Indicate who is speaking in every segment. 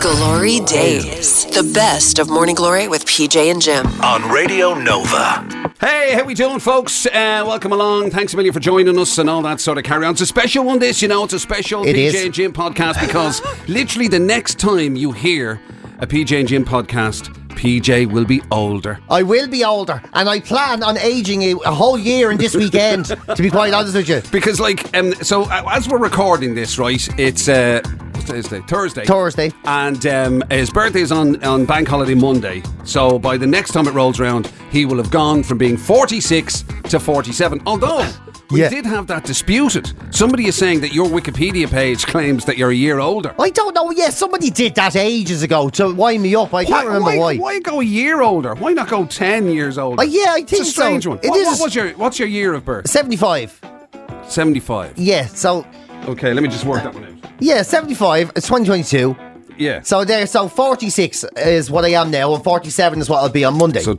Speaker 1: Glory Days. The best of Morning Glory with PJ and Jim.
Speaker 2: on Radio Nova.
Speaker 3: Hey, how we doing, folks? Uh, welcome along. Thanks a million for joining us and all that sort of carry on. It's a special one, this, you know. It's a special
Speaker 4: It
Speaker 3: PJ
Speaker 4: is.
Speaker 3: and Jim podcast because literally the next time you hear a PJ and Jim podcast, PJ will be older.
Speaker 4: I will be older, and I plan on aging a, a whole year in this weekend. to be quite honest with you,
Speaker 3: Because, like, um, so uh, as we're recording this, right? It's uh, what's Thursday, Thursday,
Speaker 4: Thursday.
Speaker 3: and um, his birthday is on on Bank Holiday Monday. So by the next time it rolls around, he will have gone from being 46 to 47. Although. We
Speaker 4: Yeah.
Speaker 3: did have that disputed. Somebody is saying that your Wikipedia page claims that you're a year older.
Speaker 4: I don't know. Yeah, somebody did that ages ago to wind me up. I can't remember why.
Speaker 3: why. go a year older? Why not go 10 years older?
Speaker 4: Uh, yeah, I think
Speaker 3: it's a strange
Speaker 4: so.
Speaker 3: one.
Speaker 4: It
Speaker 3: what,
Speaker 4: is a
Speaker 3: what
Speaker 4: s-
Speaker 3: was your, what's your year of birth?
Speaker 4: Seventy-five.
Speaker 3: 75.
Speaker 4: Yeah. So
Speaker 3: Okay, let me just work that one out.
Speaker 4: yeah, seventy-five. It's twenty twenty-two.
Speaker 3: Yeah.
Speaker 4: So there. So forty-six is what I am now, and forty-seven is what I'll be on Monday.
Speaker 3: So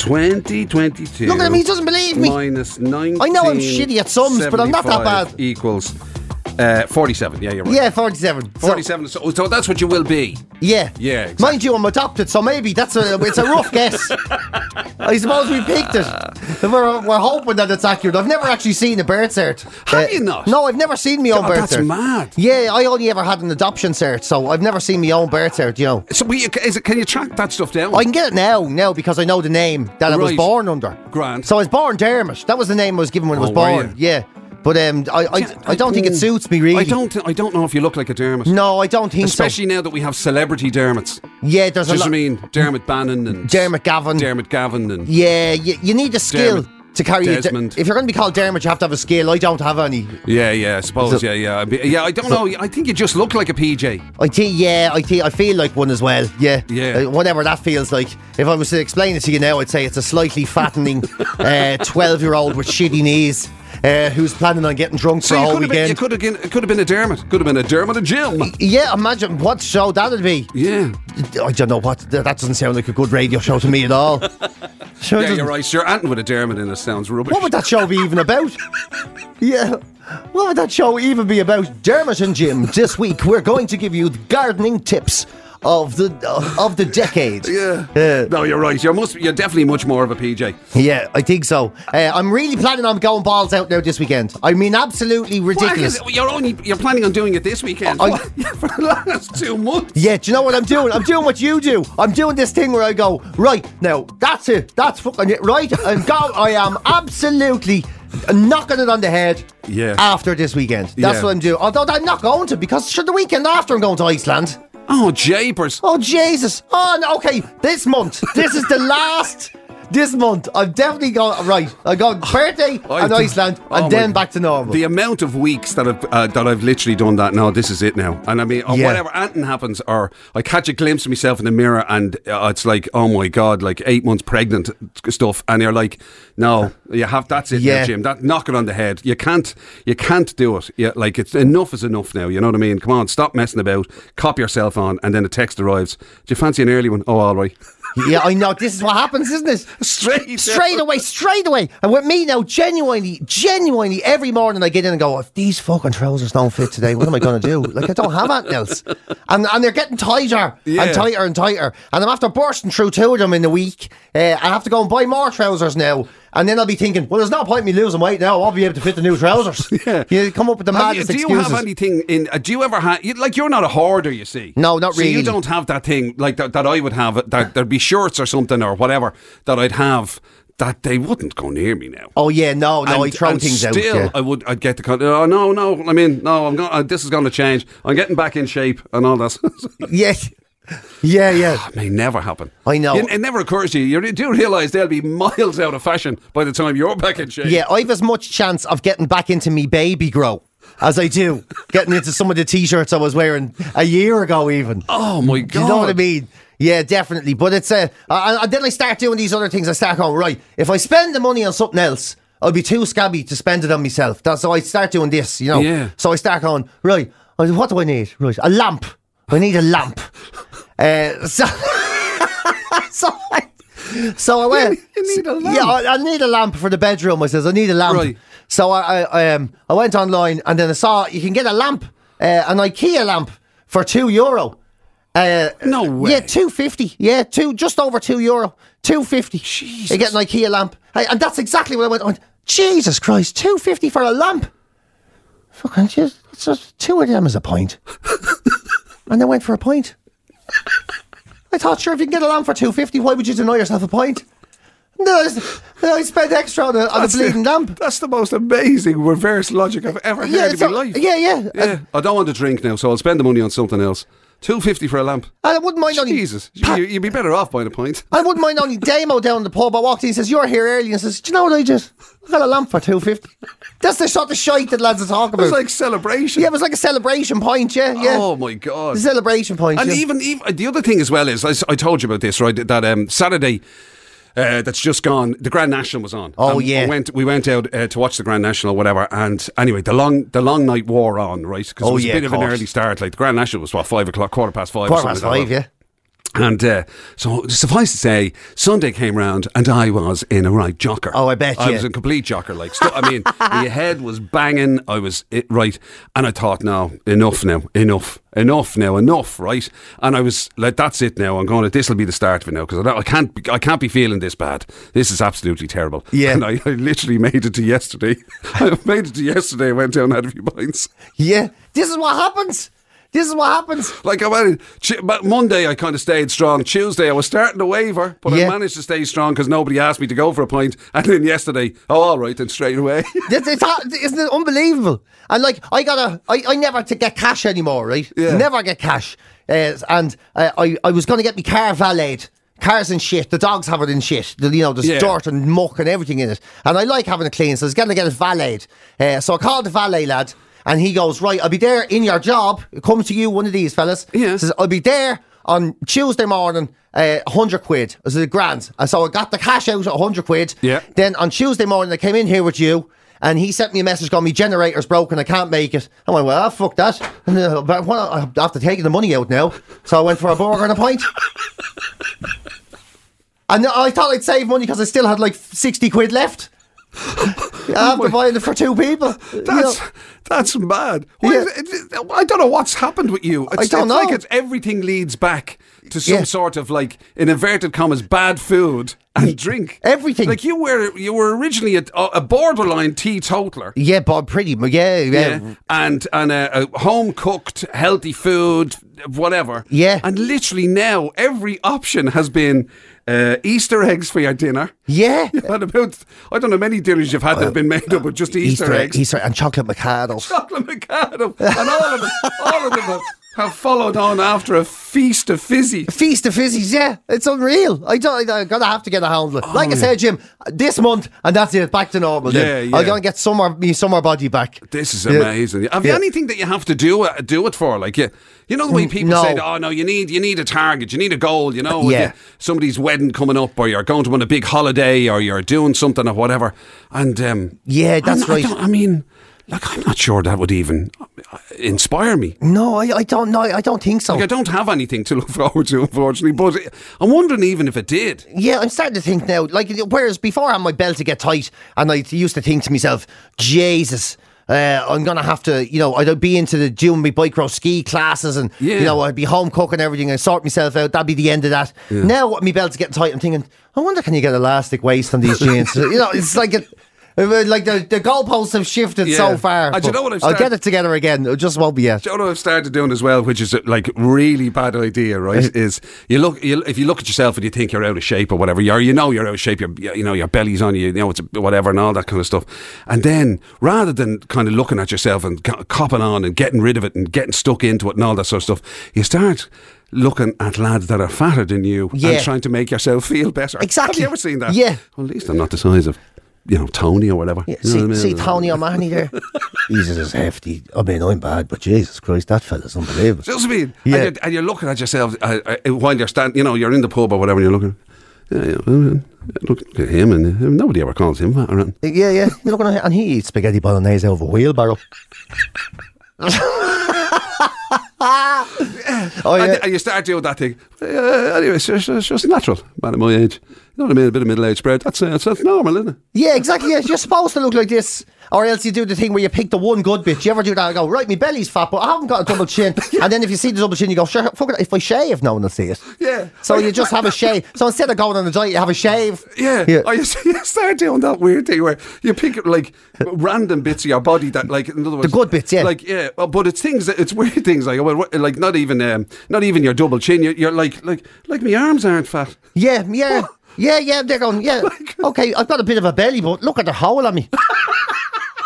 Speaker 3: 2022.
Speaker 4: Look at me, he doesn't believe me.
Speaker 3: Minus 19.
Speaker 4: I know I'm shitty at sums, but I'm not that bad.
Speaker 3: Equals uh, 47. Yeah, you're right.
Speaker 4: yeah, forty-seven. So-
Speaker 3: 47. So, so that's what you will be.
Speaker 4: yeah.
Speaker 3: Yeah, exactly.
Speaker 4: Mind you, I'm adopted, so maybe that's a it's a rough guess. I suppose we picked it. We're, we're hoping that it's accurate. I've never actually seen a birth cert. Uh,
Speaker 3: Have you not?
Speaker 4: No, I've never seen my own
Speaker 3: God,
Speaker 4: birth
Speaker 3: that's
Speaker 4: cert.
Speaker 3: mad.
Speaker 4: Yeah, I only ever had an adoption cert, so I've never seen my own birth cert. You know,
Speaker 3: So we, is it, can you track that stuff down?
Speaker 4: I can get it now, now because I know the name that I was
Speaker 3: Right.
Speaker 4: born under.
Speaker 3: Grand.
Speaker 4: So I was born Dermot. That was the name I was given when I was
Speaker 3: Oh, were
Speaker 4: born. Yeah, but um, I I,
Speaker 3: Yeah,
Speaker 4: I don't think it
Speaker 3: mm,
Speaker 4: suits me really.
Speaker 3: I don't. I don't know if you look like a Dermot.
Speaker 4: No, I don't think
Speaker 3: Especially now that we have celebrity Dermots.
Speaker 4: so. Yeah, there's
Speaker 3: Do
Speaker 4: a
Speaker 3: you know what I
Speaker 4: lot.
Speaker 3: mean? Dermot Bannon and
Speaker 4: Dermot Gavin.
Speaker 3: Dermot Gavin and
Speaker 4: Yeah, you, you need a skill
Speaker 3: Dermot.
Speaker 4: to carry. it.
Speaker 3: Desmond.
Speaker 4: if you're going to be called Dermot, you have to have a skill. I don't have any.
Speaker 3: yeah, yeah. I suppose.
Speaker 4: So-
Speaker 3: yeah, yeah. I'd be- Yeah. I don't know. I think you just look like a PJ.
Speaker 4: I think, yeah, I think I feel like one as well. Yeah,
Speaker 3: Yeah.
Speaker 4: Uh, whatever that feels like. If I was to explain it to you now, I'd say it's a slightly fattening uh, twelve-year-old with shitty knees uh, who's planning on getting drunk for
Speaker 3: So
Speaker 4: a
Speaker 3: you
Speaker 4: whole
Speaker 3: could have been. You
Speaker 4: weekend.
Speaker 3: could have been. Could have been a Dermot. Could have been a Dermot and Jim.
Speaker 4: yeah, imagine what show that'd be.
Speaker 3: Yeah.
Speaker 4: I don't know what. That doesn't sound like a good radio show to me at all. Sure
Speaker 3: Yeah,
Speaker 4: doesn't-
Speaker 3: you're right. Sure, Anton with a Dermot in it sounds rubbish.
Speaker 4: What would that show be even about? yeah. What would that show even be about? Dermot and Jim, this week we're going to give you the gardening tips of the uh, of the decade.
Speaker 3: Yeah.
Speaker 4: Uh,
Speaker 3: no, you're right. You're must. You're definitely much more of a PJ.
Speaker 4: yeah, I think so. Uh, I'm really planning on going balls out now this weekend. I mean, absolutely ridiculous.
Speaker 3: Why is it- You're only. You're planning on doing it this weekend.
Speaker 4: I-
Speaker 3: What? for the last two months.
Speaker 4: Yeah, do you know what I'm doing? I'm doing what you do. I'm doing this thing where I go, right, now, that's it. That's fucking it, right? I'm go- I am absolutely knocking it on the head
Speaker 3: Yeah.
Speaker 4: after this weekend. That's
Speaker 3: Yeah.
Speaker 4: what I'm doing. Although I'm not going to because sure, the weekend after I'm going to Iceland.
Speaker 3: Oh, japers.
Speaker 4: Oh, Jesus. Oh, no, okay, this month. This is the last... This month, I've definitely gone right. I got birthday
Speaker 3: I-
Speaker 4: and Iceland,
Speaker 3: Oh
Speaker 4: and
Speaker 3: my-
Speaker 4: then back to normal.
Speaker 3: The amount of weeks that I've uh, that I've literally done that. No, this is it now. And I mean, or
Speaker 4: Yeah.
Speaker 3: whatever Anton happens, or I catch a glimpse of myself in the mirror, and uh, it's like, oh my god, like eight months pregnant stuff. And you're like, no, you have that's it, now,
Speaker 4: Yeah.
Speaker 3: Jim. That knock it on the head. You can't, you can't do it. Yeah, like it's enough is enough now. You know what I mean? Come on, stop messing about. Cop yourself on, and then a text arrives. Do you fancy an early one? Oh, all right.
Speaker 4: yeah, I know. This is what happens, isn't it?
Speaker 3: Straight,
Speaker 4: straight away, straight away. And with me now, genuinely, genuinely, every morning I get in and go, if these fucking trousers don't fit today, what am I going to do? Like, I don't have anything else. And, and they're getting tighter
Speaker 3: Yeah.
Speaker 4: and tighter and tighter. And I'm after bursting through two of them in a week. Uh, I have to go and buy more trousers now. And then I'll be thinking, well, there's no point in me losing weight now. I'll be able to fit the new trousers.
Speaker 3: Yeah.
Speaker 4: You come up with the
Speaker 3: Have you-
Speaker 4: maddest
Speaker 3: do you
Speaker 4: excuses.
Speaker 3: have anything in? Uh, do you ever have? You, like you're not a hoarder, you see.
Speaker 4: No, not
Speaker 3: So you
Speaker 4: really.
Speaker 3: don't have that thing like that, that I would have. That there'd be shirts or something or whatever that I'd have that they wouldn't go near me now.
Speaker 4: oh, yeah, no, no,
Speaker 3: and,
Speaker 4: I throw
Speaker 3: and
Speaker 4: things out.
Speaker 3: still,
Speaker 4: yeah.
Speaker 3: I would. I'd get the. con- Oh no, no. I mean, no. I'm going. Uh, this is going to change. I'm getting back in shape and all that.
Speaker 4: yeah. Yeah, yeah.
Speaker 3: It may never happen.
Speaker 4: I know.
Speaker 3: It, it never occurs to you. You do realise they'll be miles out of fashion by the time you're back in shape.
Speaker 4: Yeah, I've as much chance of getting back into me baby grow as I do getting into some of the t-shirts I was wearing a year ago. Even
Speaker 3: Oh my god.
Speaker 4: do you know what I mean? Yeah, definitely. But it's uh, I, I, then I start doing these other things. I start going right. If I spend the money on something else. I'll be too scabby to spend it on myself. That's so I start doing this, you know.
Speaker 3: Yeah.
Speaker 4: So I start going right. What do I need? Right, a lamp. I need a lamp. Uh, so, so I, so I went.
Speaker 3: you need a lamp.
Speaker 4: Yeah, I, I need a lamp for the bedroom. I says I need a lamp.
Speaker 3: Right.
Speaker 4: So I, I um I went online and then I saw you can get a lamp, uh, an IKEA lamp for two euro, Uh,
Speaker 3: No way.
Speaker 4: Yeah, two fifty. Yeah, two just over two euro. Two fifty.
Speaker 3: Jesus.
Speaker 4: You get an IKEA lamp, Hey, and that's exactly what I went. I went Jesus Christ, two fifty for a lamp. Fucking just, it's just two of them is a pint. and I went for a pint. I thought, sure, if you can get a lamp for two fifty, why would you deny yourself a pint? No, it's- no, I spent extra on a, on a bleeding lamp.
Speaker 3: That's the most amazing reverse logic I've ever heard in
Speaker 4: so-
Speaker 3: my life.
Speaker 4: yeah, yeah.
Speaker 3: Yeah, I don't want to drink now, so I'll spend the money on something else. Two fifty for a lamp.
Speaker 4: And I wouldn't mind only
Speaker 3: Jesus, you, you'd be better off by the point.
Speaker 4: I wouldn't mind only Damo down the pub. I walked in, he says, You're here early. And says, Do you know what I just? I got a lamp for 250. That's the sort of shite that lads are talking
Speaker 3: It
Speaker 4: about.
Speaker 3: was like celebration.
Speaker 4: yeah, it was like a celebration point, yeah. yeah.
Speaker 3: Oh my god.
Speaker 4: The celebration point.
Speaker 3: And
Speaker 4: yeah.
Speaker 3: even, even the other thing as well is I, s- I told you about this right that um, Saturday. Uh, that's just gone. The Grand National was on.
Speaker 4: Oh,
Speaker 3: And
Speaker 4: yeah.
Speaker 3: I went. We went out uh, to watch the Grand National, whatever. And anyway, the long the long night wore on, right? Because
Speaker 4: Oh,
Speaker 3: it was
Speaker 4: yeah,
Speaker 3: a bit
Speaker 4: of
Speaker 3: of an
Speaker 4: course.
Speaker 3: early start. Like the Grand National was what five o'clock, quarter past five. or
Speaker 4: Quarter past
Speaker 3: something like
Speaker 4: five,
Speaker 3: that.
Speaker 4: yeah.
Speaker 3: And uh, so, suffice to say, Sunday came round and I was in a right jocker.
Speaker 4: Oh, I bet
Speaker 3: I
Speaker 4: you.
Speaker 3: was a complete jocker. Like, stu- I mean, your head was banging. I was it, right, and I thought, no, enough now, enough, enough now, enough, right? And I was like, that's it now. I'm going. to This will be the start of it now because I, don't- I can't, be- I can't be feeling this bad. This is absolutely terrible.
Speaker 4: Yeah.
Speaker 3: And I, I literally made it to yesterday. I made it to yesterday. I went down and had a few pints.
Speaker 4: Yeah. This is what happens. This is what happens.
Speaker 3: Like I went, Ch- but Monday I kind of stayed strong. Tuesday I was starting to waver, but
Speaker 4: Yeah.
Speaker 3: I managed to stay strong because nobody asked me to go for a pint. And then yesterday, oh, all right, then straight away.
Speaker 4: This- it's ha- isn't it unbelievable? And like, I gotta, I, I never to get cash anymore, right?
Speaker 3: Yeah.
Speaker 4: Never get cash. Uh, and uh, I, I was gonna get my car valeted. Cars and shit. The dogs have it in shit. The- you know, there's
Speaker 3: Yeah.
Speaker 4: dirt and muck and everything in it. And I like having it clean, so I was gonna get it valeted. Uh, so I called the valet lad, and he goes, "Right, I'll be there in your job. It comes to you, one of these fellas."
Speaker 3: Yeah.
Speaker 4: Says, I'll be there on Tuesday morning. Uh, 100 quid. It was a grand. And so I got the cash out at 100 quid.
Speaker 3: Yeah.
Speaker 4: Then on Tuesday morning, I came in here with you, and he sent me a message going, "My generator's broken. I can't make it." I went, "Well, ah, fuck that." And, uh, but well, I have to take the money out now, so I went for a burger and a pint. And I thought I'd save money because I still had like sixty quid left. After buying it for two people, You know,
Speaker 3: That's that's mad. Why
Speaker 4: Yeah.
Speaker 3: is it- it- I don't know what's happened with you. It's,
Speaker 4: don't
Speaker 3: it's
Speaker 4: know.
Speaker 3: Like it's, everything leads back to some
Speaker 4: Yeah.
Speaker 3: sort of like in inverted commas bad food and drink.
Speaker 4: Everything.
Speaker 3: Like you were you were originally a, a borderline teetotaler.
Speaker 4: yeah, Bob, pretty, mu- yeah, yeah,
Speaker 3: yeah, and and uh, uh, home cooked healthy food, whatever.
Speaker 4: Yeah.
Speaker 3: and literally now every option has been uh, Easter eggs for your dinner.
Speaker 4: yeah.
Speaker 3: You've had about I don't know how many dinners you've had that have been made up with just Easter,
Speaker 4: Easter,
Speaker 3: eggs,
Speaker 4: Easter, and chocolate mercados.
Speaker 3: chocolate mercado, and all of them, all of them have, have followed on after a feast of fizzy.
Speaker 4: Feast of Fizzies, yeah, it's unreal. I don't, I, am gonna have to get a handle. Like I
Speaker 3: Oh, yeah.
Speaker 4: said, Jim, this month and that's it, back to normal. then.
Speaker 3: Yeah,
Speaker 4: I'm
Speaker 3: yeah.
Speaker 4: gonna get summer, me summer body back.
Speaker 3: This is
Speaker 4: Yeah.
Speaker 3: amazing. Have you
Speaker 4: Yeah.
Speaker 3: anything that you have to do uh, do it for? Like you, you know the way people
Speaker 4: no.
Speaker 3: say, "Oh no, you need you need a target, you need a goal." You know, if
Speaker 4: Yeah.
Speaker 3: you- somebody's wedding coming up, or you're going to on a big holiday, or you're doing something or whatever. And um,
Speaker 4: Yeah,
Speaker 3: I'm
Speaker 4: that's
Speaker 3: not-
Speaker 4: right.
Speaker 3: I, don't- I mean, like I'm not sure that would even uh, inspire me.
Speaker 4: No, I, I don't know. I don't think so.
Speaker 3: Like I don't have anything to look forward to, unfortunately. But I'm wondering even if it did.
Speaker 4: yeah, I'm starting to think now. Like whereas before, I had my belt to get tight, and I used to think to myself, Jesus. Uh, I'm gonna have to, you know, I'd be into the doing my bicro ski classes, and you
Speaker 3: Yeah.
Speaker 4: know, I'd be home cooking everything, and sort myself out. That'd be the end of that. Now, what my belt's getting tight, I'm thinking, I wonder can you get elastic waist on these jeans? you know, it's like it, like the the goalposts have shifted so
Speaker 3: Yeah.
Speaker 4: far.
Speaker 3: And you
Speaker 4: but
Speaker 3: know what I've
Speaker 4: I'll
Speaker 3: started-
Speaker 4: get it together again. It just won't be yet.
Speaker 3: Do you know what I've started doing as well, which is uh, like really bad idea, right? is you look you, if you look at yourself and you think you're out of shape or whatever, you're, you know you're out of shape. You're, you know your belly's on you, you know it's a- whatever and all that kind of stuff. And then rather than kind of looking at yourself and co- copping on and getting rid of it and getting stuck into it and all that sort of stuff, you start. Looking at lads that are fatter than you
Speaker 4: Yeah.
Speaker 3: and trying to make yourself feel better. Have
Speaker 4: Exactly.
Speaker 3: you ever seen that?
Speaker 4: Yeah.
Speaker 3: Well, at least I'm not the size of, you know, Tony or whatever.
Speaker 4: Yeah,
Speaker 3: You know
Speaker 4: see,
Speaker 3: what I mean?
Speaker 4: see Tony O'Mahony there. Jesus is hefty. I mean, I'm bad, but Jesus Christ, that fella's unbelievable.
Speaker 3: Do you know what I mean?
Speaker 4: Yeah.
Speaker 3: And, you're, and you're looking at yourself uh, uh, while you're standing, you know, you're in the pub or whatever, and you're looking. Yeah, yeah, well, uh, look, look at him, and uh, nobody ever calls him fat. Around.
Speaker 4: Yeah, yeah. You're looking at it, and he eats spaghetti bolognese out of a wheelbarrow. Oh,
Speaker 3: and,
Speaker 4: yeah.
Speaker 3: and you start doing that thing. Uh, anyway, it's just, it's just natural, man at my age. You know what I mean? A bit of middle age spread. That's, uh, that's, that's normal, isn't it?
Speaker 4: Yeah, exactly. Yes, you're supposed to look like this, or else you do the thing where you pick the one good bit. You ever do that? I go, right, my belly's fat, but I haven't got a double chin. And then if you see the double chin, you go, sure, fuck it. If I shave, no one will see it.
Speaker 3: Yeah.
Speaker 4: So you just have a shave. So instead of going on a diet, you have a shave.
Speaker 3: Yeah.
Speaker 4: Yeah.
Speaker 3: Oh, you, s- you start doing that weird thing where you pick like random bits of your body that, like, in other words,
Speaker 4: good bits, yeah.
Speaker 3: Like, yeah. Well, but it's things that it's weird things like, well, what- like not even, um, not even your double chin. You're, you're like, like, like my arms aren't fat.
Speaker 4: Yeah, yeah, yeah, yeah. They're going, yeah.
Speaker 3: Oh
Speaker 4: Okay, I've got a bit of a belly, but look at the hole on me.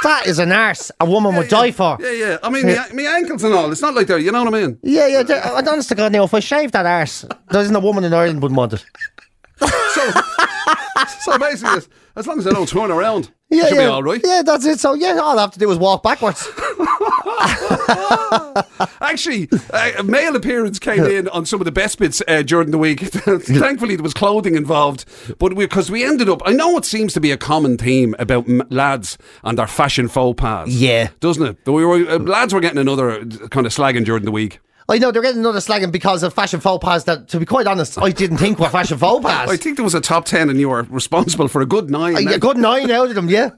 Speaker 4: that is an arse a woman would Oh, die for.
Speaker 3: Yeah, yeah. I mean, my, my ankles and all. It's not like that. You know what I mean?
Speaker 4: Yeah, yeah. they- And honest to God, now, if I shave that arse, there isn't a woman in Ireland wouldn't want it.
Speaker 3: So, so basically, as, as long as I don't turn around,
Speaker 4: Yeah,
Speaker 3: it should
Speaker 4: yeah.
Speaker 3: be all right.
Speaker 4: Yeah, that's it. So, yeah, all I have to do is walk backwards.
Speaker 3: Actually, uh, male appearance came in on some of the best bits uh, during the week. Thankfully, there was clothing involved, but because we, ended up, I know it seems to be a common theme about m- lads and their fashion faux pas.
Speaker 4: Yeah.
Speaker 3: doesn't it? We were, uh, lads were getting another uh, kind of slagging during the week.
Speaker 4: I know they're getting another slagging because of fashion faux pas that, to be quite honest, I didn't think were fashion faux pas.
Speaker 3: I think there was a top ten, and you were responsible for a good nine.
Speaker 4: Uh, yeah,
Speaker 3: Now-
Speaker 4: good nine out of them, yeah.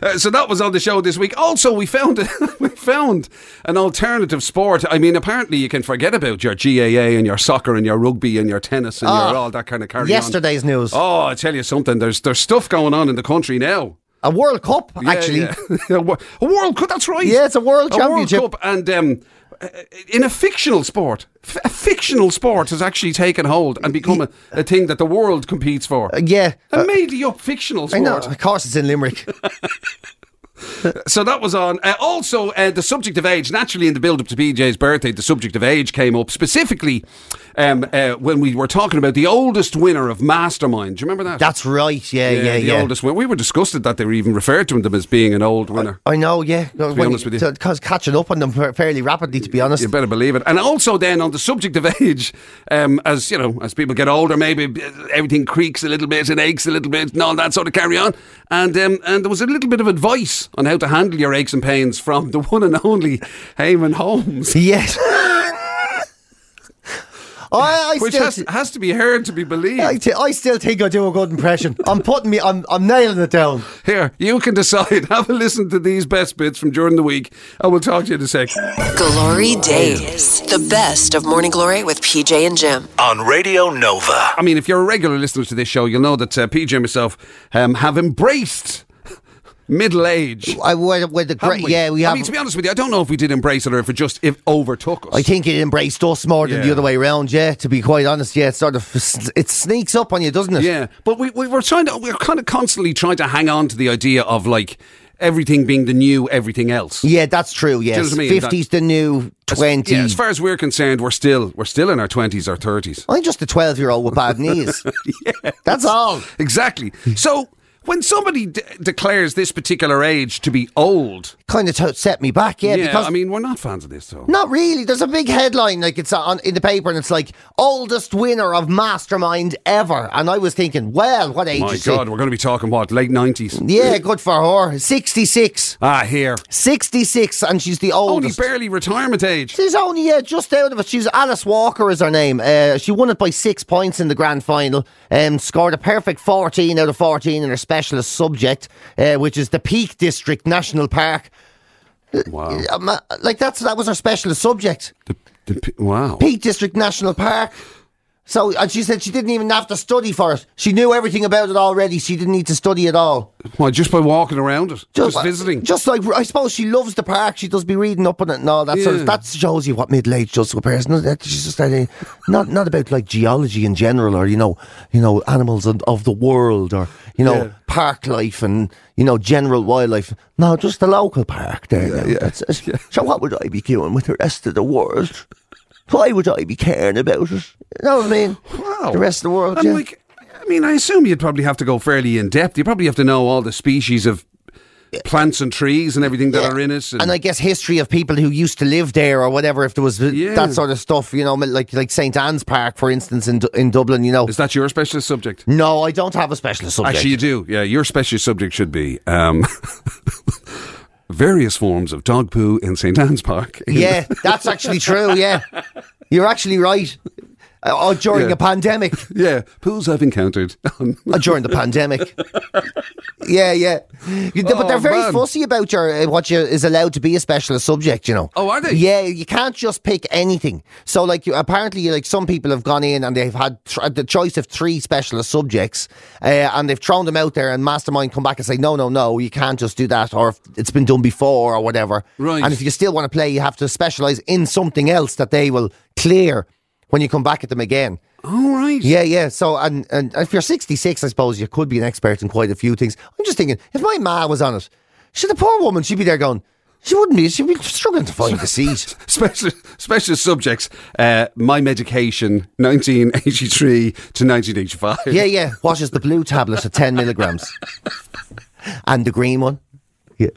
Speaker 3: Uh, so that was on the show this week. Also, we found we found an alternative sport. I mean, apparently you can forget about your GAA and your soccer and your rugby and your tennis and
Speaker 4: Ah,
Speaker 3: your all that kind of carry on.
Speaker 4: Yesterday's news.
Speaker 3: Oh, I tell you something. There's there's stuff going on in the country now.
Speaker 4: A World Cup,
Speaker 3: Yeah,
Speaker 4: actually.
Speaker 3: yeah. a wo- a World Cup. That's right.
Speaker 4: Yeah, it's a World Championship.
Speaker 3: Cup, and um, uh, in a fictional sport, f- a fictional sport has actually taken hold and become a, a thing that the world competes for.
Speaker 4: Uh, yeah.
Speaker 3: A made-up fictional
Speaker 4: I
Speaker 3: sport.
Speaker 4: know. Of course, it's in Limerick.
Speaker 3: So that was on. Uh, also, uh, the subject of age, naturally, in the build up to PJ's birthday, the subject of age came up specifically um, uh, when we were talking about the oldest winner of Mastermind. Do you remember that?
Speaker 4: That's right. Yeah, yeah, yeah.
Speaker 3: the oldest winner. We were disgusted that they were even referred to them as being an old winner.
Speaker 4: I know, yeah. To
Speaker 3: honest with you.
Speaker 4: Because catching up on them fa- fairly rapidly, to be honest.
Speaker 3: You better believe it. And also, then on the subject of age, um, as you know, as people get older, maybe uh, everything creaks a little bit and aches a little bit, and all that sort of carry on. And um, and there was a little bit of advice on how to handle your aches and pains from the one and only Heyman Holmes.
Speaker 4: Yes. I, I
Speaker 3: Which
Speaker 4: still.
Speaker 3: has, has to be heard to be believed.
Speaker 4: I t- I still think I do a good impression. I'm putting me, I'm, I'm nailing it down.
Speaker 3: Here, you can decide. Have a listen to these best bits from during the week, and we'll talk to you in a sec.
Speaker 1: Glory Days. The best of Morning Glory with PJ and Jim.
Speaker 2: on Radio Nova.
Speaker 3: I mean, if you're a regular listener to this show, you'll know that uh, PJ and myself um, have embraced middle age.
Speaker 4: I would with the
Speaker 3: haven't
Speaker 4: great, yeah, we
Speaker 3: I
Speaker 4: have.
Speaker 3: mean, to be honest with you, I don't know if we did embrace it or if it just if overtook us.
Speaker 4: I think it embraced us more than
Speaker 3: Yeah.
Speaker 4: the other way around. Yeah, to be quite honest, yeah, it sort of it sneaks up on you, doesn't it?
Speaker 3: Yeah, but we, we were trying to we were kind of constantly trying to hang on to the idea of like everything being the new everything else.
Speaker 4: yeah, that's true.
Speaker 3: you know
Speaker 4: Yes,
Speaker 3: what I mean?
Speaker 4: fifties the new twenty.
Speaker 3: Yeah, as far as we're concerned, we're still we're still in our twenties or thirties.
Speaker 4: I'm just a twelve-year-old with bad knees. That's all.
Speaker 3: Exactly.
Speaker 4: Hmm.
Speaker 3: So when somebody de- declares this particular age to be old,
Speaker 4: Kind of t- set me back. Yeah,
Speaker 3: yeah,
Speaker 4: because
Speaker 3: I mean, we're not fans of this, though.
Speaker 4: Not really. There's a big headline like it's on in the paper, and it's like oldest winner of Mastermind ever. And I was thinking, well, what age?
Speaker 3: My
Speaker 4: is
Speaker 3: God, we're going to be talking what late nineties?
Speaker 4: She? eh? Yeah, good for her. Sixty-six,
Speaker 3: Ah, here
Speaker 4: sixty-six, and she's the
Speaker 3: only
Speaker 4: oldest.
Speaker 3: barely retirement age.
Speaker 4: She's only uh, just out of it. She's Alice Walker is her name. Uh, she won it by six points in the grand final. Um, scored a perfect fourteen out of fourteen in her specialist subject, uh, which is the Peak District National Park.
Speaker 3: Wow,
Speaker 4: Um, uh, like that's that was her specialist subject.
Speaker 3: the, the, p- wow.
Speaker 4: Peak District National Park. So, and she said she didn't even have to study for it. She knew everything about it already. She didn't need to study at all.
Speaker 3: Why just by walking around it, just, visiting?
Speaker 4: Just like, I suppose she loves the park. She does be reading up on it and all that sort
Speaker 3: Yeah.
Speaker 4: of That shows you what middle age does to a person. That She's just uh, not, not about like geology in general or, you know, you know, animals and- of the world or, you know,
Speaker 3: Yeah.
Speaker 4: park life and, you know, general wildlife. No, just the local park there. now. That's it. So what would I be doing with the rest of the world? Why would I be caring about it? You know what I mean?
Speaker 3: wow,
Speaker 4: The rest of the world.
Speaker 3: And
Speaker 4: yeah.
Speaker 3: like, I mean, I assume you'd probably have to go fairly in depth. You probably have to know all the species of plants and trees and everything that are in it.
Speaker 4: and I guess history of people who used to live there or whatever. If there was
Speaker 3: Yeah.
Speaker 4: that sort of stuff, you know, like like St Anne's Park, for instance, in Du- in Dublin, you know.
Speaker 3: is that your specialist subject?
Speaker 4: No, I don't have a specialist subject.
Speaker 3: Actually, you do. Yeah, your special subject should be um, various forms of dog poo in St Anne's Park.
Speaker 4: yeah, that's actually true. Yeah, You're actually right. Uh, Oh, during
Speaker 3: Yeah.
Speaker 4: a pandemic.
Speaker 3: Yeah, pools I've encountered.
Speaker 4: Uh, during the pandemic. yeah, yeah. You- but
Speaker 3: Oh,
Speaker 4: they're very
Speaker 3: man.
Speaker 4: fussy about your uh, what you, is allowed to be a specialist subject. You know.
Speaker 3: Oh, are they?
Speaker 4: Yeah, you can't just pick anything. So, like, you, apparently, like some people have gone in and they've had tr- the choice of three specialist subjects, uh, and they've thrown them out there, and Mastermind come back and say, no, no, no, you can't just do that, or if it's been done before, or whatever.
Speaker 3: Right.
Speaker 4: And if you still want to play, you have to specialize in something else that they will clear when you come back at them again.
Speaker 3: All right.
Speaker 4: Yeah, yeah. So, and, and if you're 66, I suppose you could be an expert in quite a few things. I'm just thinking, if my ma was on it, she, the poor woman, she'd be there going, she wouldn't be, she'd be struggling to find a seat.
Speaker 3: Special, special subjects. Uh, my medication, 1983 to 1985.
Speaker 4: yeah, yeah. What is the blue tablet at 10 milligrams? And the green one? Yeah.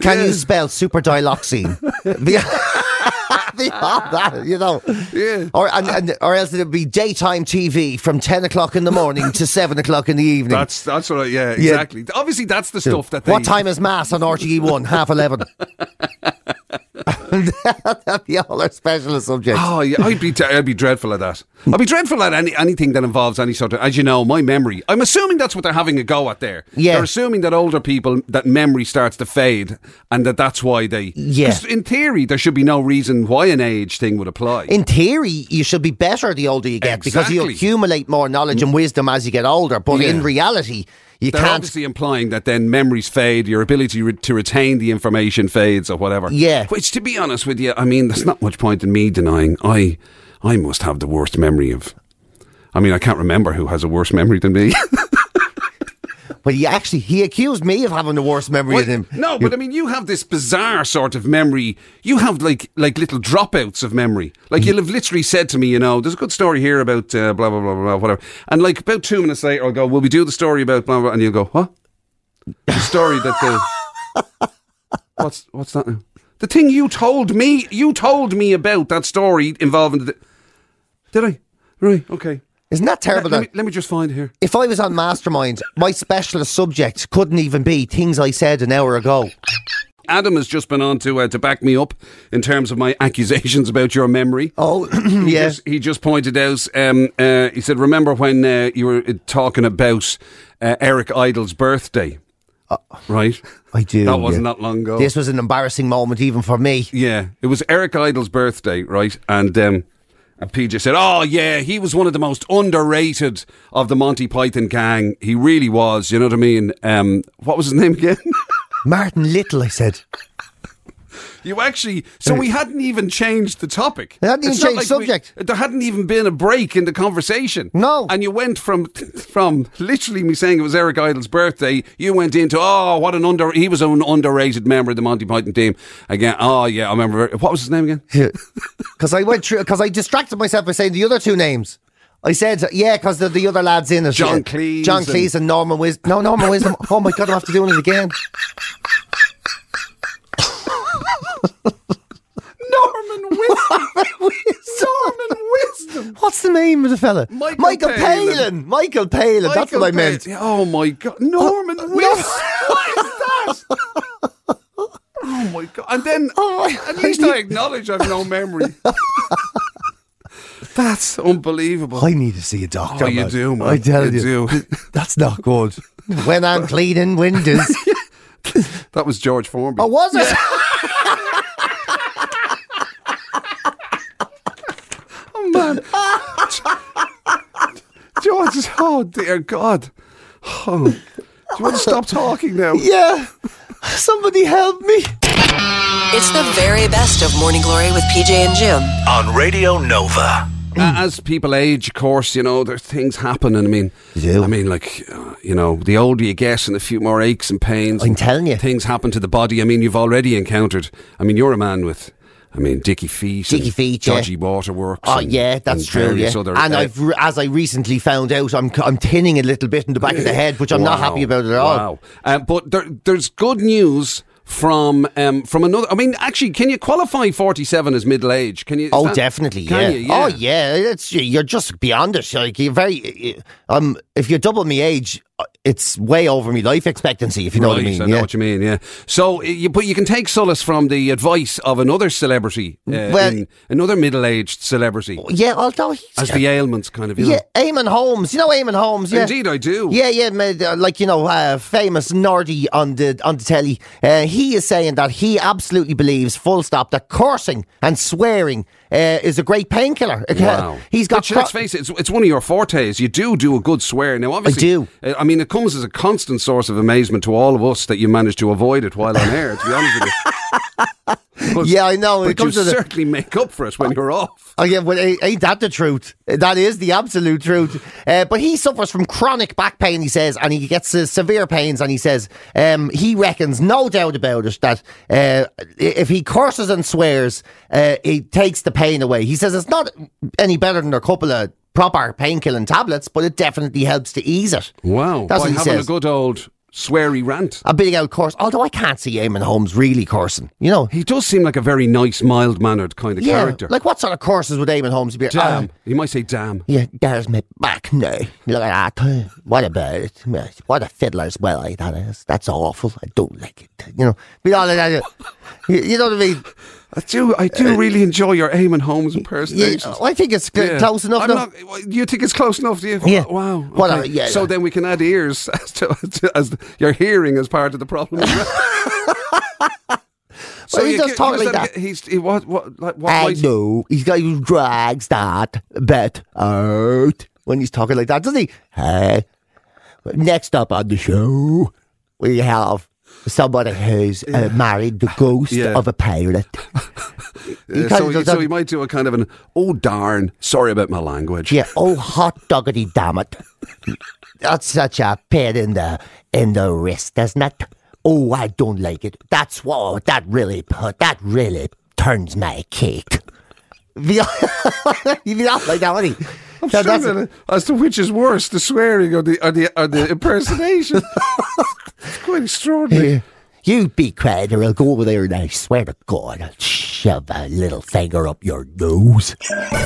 Speaker 4: Can you
Speaker 3: Yeah.
Speaker 4: spell superdiloxine? Beyond- Beyond that, you know.
Speaker 3: Yeah.
Speaker 4: Or, and, and, or else it'd be daytime TV from 10 o'clock in the morning to 7 o'clock in the evening.
Speaker 3: That's that's what. I, yeah, exactly. Obviously, that's the stuff that they.
Speaker 4: What time is mass on RTE One? Half eleven. That'd be all our specialist subjects.
Speaker 3: Oh, yeah, I'd be I'd be dreadful at that. I'd be dreadful at any anything that involves any sort of, as you know, my memory. I'm assuming that's what they're having a go at there.
Speaker 4: Yeah.
Speaker 3: they're assuming that older people that memory starts to fade, and that that's why they.
Speaker 4: Yeah.
Speaker 3: 'Cause in theory, there should be no reason why an age thing would apply.
Speaker 4: In theory, you should be better the older you get because you
Speaker 3: Exactly.
Speaker 4: accumulate more knowledge and wisdom as you get older. But in
Speaker 3: Yeah.
Speaker 4: reality, you
Speaker 3: they're
Speaker 4: can't.
Speaker 3: obviously implying that then memories fade, your ability re- to retain the information fades, or whatever.
Speaker 4: Yeah.
Speaker 3: Which, to be honest with you, I mean, there's not much point in me denying. I, I must have the worst memory of. I mean, I can't remember who has a worse memory than me.
Speaker 4: But he actually he accused me of having the worst memory
Speaker 3: Well,
Speaker 4: of him.
Speaker 3: No, but I mean, you have this bizarre sort of memory. You have like like little dropouts of memory.
Speaker 4: Mm.
Speaker 3: Like you'll have literally said to me, you know, there's a good story here about uh, blah blah blah blah blah whatever, and like about two minutes later, I'll go, "Will we do the story about blah blah?" And you'll go, "Huh?" The story that the what's what's that now? The thing you told me, you told me about that story involving the. Did I? Right. Okay.
Speaker 4: Isn't that
Speaker 3: Let,
Speaker 4: terrible?
Speaker 3: let
Speaker 4: that-
Speaker 3: me, let me just find it here.
Speaker 4: if I was on Mastermind, my specialist subject couldn't even be things I said an hour ago.
Speaker 3: Adam has just been on to uh, to back me up in terms of my accusations about your memory.
Speaker 4: Oh,
Speaker 3: He
Speaker 4: yeah.
Speaker 3: just- he just pointed out. Um, uh, he said, "Remember when uh, you were uh, talking about uh, Eric Idle's birthday, right?
Speaker 4: I do,
Speaker 3: That wasn't
Speaker 4: Uh, yeah.
Speaker 3: that long ago.
Speaker 4: This was an embarrassing moment even for me.
Speaker 3: Yeah, it was Eric Idle's birthday, right? And um, and PJ said, "Oh yeah, he was one of the most underrated of the Monty Python gang. He really was. You know what I mean? Um, what was his name again?
Speaker 4: Martin Little, I said.
Speaker 3: you actually. So we hadn't even changed the topic.
Speaker 4: They hadn't even
Speaker 3: It's not
Speaker 4: changed
Speaker 3: we-
Speaker 4: subject.
Speaker 3: there hadn't even been a break in the conversation.
Speaker 4: No.
Speaker 3: And you went from from literally me saying it was Eric Idle's birthday. You went into oh what an under he was an underrated member of the Monty Python team again. Oh yeah, I remember. What was his name again?
Speaker 4: Because I went through, because I distracted myself by saying the other two names. I said, yeah, because the, the other lads in it.
Speaker 3: John
Speaker 4: Yeah.
Speaker 3: Cleese
Speaker 4: John
Speaker 3: and-
Speaker 4: Cleese and Norman Wisdom. No, Norman Wisdom. Oh my God, I'm after doing it again.
Speaker 3: Norman Wisdom. Norman Wisdom.
Speaker 4: What's the name of the fella?
Speaker 3: Michael
Speaker 4: Palin.
Speaker 3: Palin.
Speaker 4: Michael Palin. That's what I meant.
Speaker 3: Oh my god, Norman Wisdom. what is that? Oh my god! And then
Speaker 4: Oh my-
Speaker 3: at least I acknowledge I've no memory. That's unbelievable.
Speaker 4: I need to see a doctor.
Speaker 3: Oh, you do, man.
Speaker 4: I tell you.
Speaker 3: You do.
Speaker 4: That's not good. when I'm cleaning windows.
Speaker 3: That was George Formby.
Speaker 4: oh, was it?
Speaker 3: Oh, man. George, is- oh dear God. Oh. Do you want to stop talking now?
Speaker 4: Yeah. Somebody help me.
Speaker 1: It's the very best of Morning Glory with PJ and Jim.
Speaker 2: on Radio Nova.
Speaker 3: Uh, As people age, of course, you know, there's things happen. And I mean,
Speaker 4: do.
Speaker 3: I mean, like, uh, you know, the older you get and a few more aches and pains.
Speaker 4: I'm
Speaker 3: and
Speaker 4: telling you.
Speaker 3: Things happen to the body. I mean, you've already encountered. I mean, you're a man with. I mean, dicky feet,
Speaker 4: Dicky
Speaker 3: and
Speaker 4: feet, yeah.
Speaker 3: dodgy waterworks.
Speaker 4: Oh
Speaker 3: and-
Speaker 4: yeah, that's
Speaker 3: and
Speaker 4: true. Yeah,
Speaker 3: various other,
Speaker 4: and
Speaker 3: uh,
Speaker 4: I've re- as I recently found out, I'm I'm tinning a little bit in the back of the head, which I'm not
Speaker 3: Wow.
Speaker 4: happy about at all.
Speaker 3: Wow. Uh, but there, there's good news from um, from another. I mean, actually, can you qualify 47 as middle age? Can you? is
Speaker 4: Oh,
Speaker 3: that-
Speaker 4: definitely.
Speaker 3: Can
Speaker 4: Yeah.
Speaker 3: you?
Speaker 4: Oh, yeah. It's you're just beyond it. Like you're very. Um, if you're double my age, it's way over my life expectancy, if you know what I mean.
Speaker 3: I know what you mean. Yeah. So uh, you, but you can take solace from the advice of another celebrity, uh,
Speaker 4: Mm, Well- Oh,
Speaker 3: in- another middle-aged celebrity,
Speaker 4: yeah, although he's
Speaker 3: as the ailments kind of. You
Speaker 4: Yeah,
Speaker 3: know.
Speaker 4: Eamon Holmes. You know Eamon Holmes, yeah.
Speaker 3: Indeed, I do.
Speaker 4: Yeah, yeah, mate, uh, like you know, uh, famous Nordy on the on the telly. Uh, he is saying that he absolutely believes, full stop, that cursing and swearing uh, is a great painkiller. It can-
Speaker 3: Wow.
Speaker 4: He's got.
Speaker 3: Which, let's
Speaker 4: cro-
Speaker 3: face it, it's, it's one of your fortes. You do do a good swear. Now, obviously,
Speaker 4: do.
Speaker 3: uh, I mean, it comes as a constant source of amazement to all of us that you managed to avoid it while on air. To be honest with you. But-
Speaker 4: Yeah, I know.
Speaker 3: But
Speaker 4: It comes
Speaker 3: you
Speaker 4: to the-
Speaker 3: certainly make up for it when you're off.
Speaker 4: Oh yeah, well, ain't ain't that the truth? That is the absolute truth. Uh, but he suffers from chronic back pain, he says, and he gets uh, severe pains. And he says um, he reckons, no doubt about it, that uh, if he curses and swears, uh, it takes the pain away. He says it's not any better than a couple of proper painkilling tablets, but it definitely helps to ease it.
Speaker 3: Wow.
Speaker 4: That's
Speaker 3: By
Speaker 4: what he
Speaker 3: having
Speaker 4: says.
Speaker 3: a good old sweary rant.
Speaker 4: A big old curse, although I can't see Eamon Holmes really cursing. You know,
Speaker 3: He does seem like a very nice, mild mannered kind of
Speaker 4: yeah,
Speaker 3: character.
Speaker 4: like what sort of curses would Eamon Holmes be?
Speaker 3: damn.
Speaker 4: "Oh,
Speaker 3: he might say damn.
Speaker 4: Yeah, there's my back now. Look at that. What about it? mate? What a fiddler's belly eh, that is. That's awful. I don't like it. You know, be all of that. You, you know what I mean?
Speaker 3: I do, I do really enjoy your Eamon Holmes
Speaker 4: Uh, Yeah,
Speaker 3: impersonation.
Speaker 4: I think it's cl- close enough. now.
Speaker 3: you think it's close enough, do you?
Speaker 4: Yeah.
Speaker 3: Wow.
Speaker 4: Well,
Speaker 3: okay.
Speaker 4: uh, yeah,
Speaker 3: so
Speaker 4: yeah.
Speaker 3: then we can add ears as to, to- as the, your hearing as part of the problem. as well.
Speaker 4: Well, he
Speaker 3: you
Speaker 4: does
Speaker 3: gi-
Speaker 4: talk
Speaker 3: give us
Speaker 4: like that.
Speaker 3: aga- He's he, what what like what?
Speaker 4: I
Speaker 3: why-
Speaker 4: know. He's got to drags that bit out when he's talking like that, doesn't he? Hey. Next up on the show, we have somebody who's uh, married the ghost
Speaker 3: Yeah.
Speaker 4: of a pirate.
Speaker 3: Uh,
Speaker 4: kinda
Speaker 3: so, he,
Speaker 4: does
Speaker 3: so
Speaker 4: that-
Speaker 3: he might do a kind of an oh darn, sorry about my language.
Speaker 4: Yeah. Oh, hot doggity damn it. That's such a pain in the in the wrist, isn't it? Oh, I don't like it. That's what oh, that really put. That really turns my cake. you be not like that, would he?
Speaker 3: I'm sure
Speaker 4: So that's-
Speaker 3: that, uh, as to which is worse, the swearing or the or the, or the impersonation. it's quite extraordinary.
Speaker 4: you be quiet, or I'll go over there and I swear to God, I'll shove a little finger up your nose.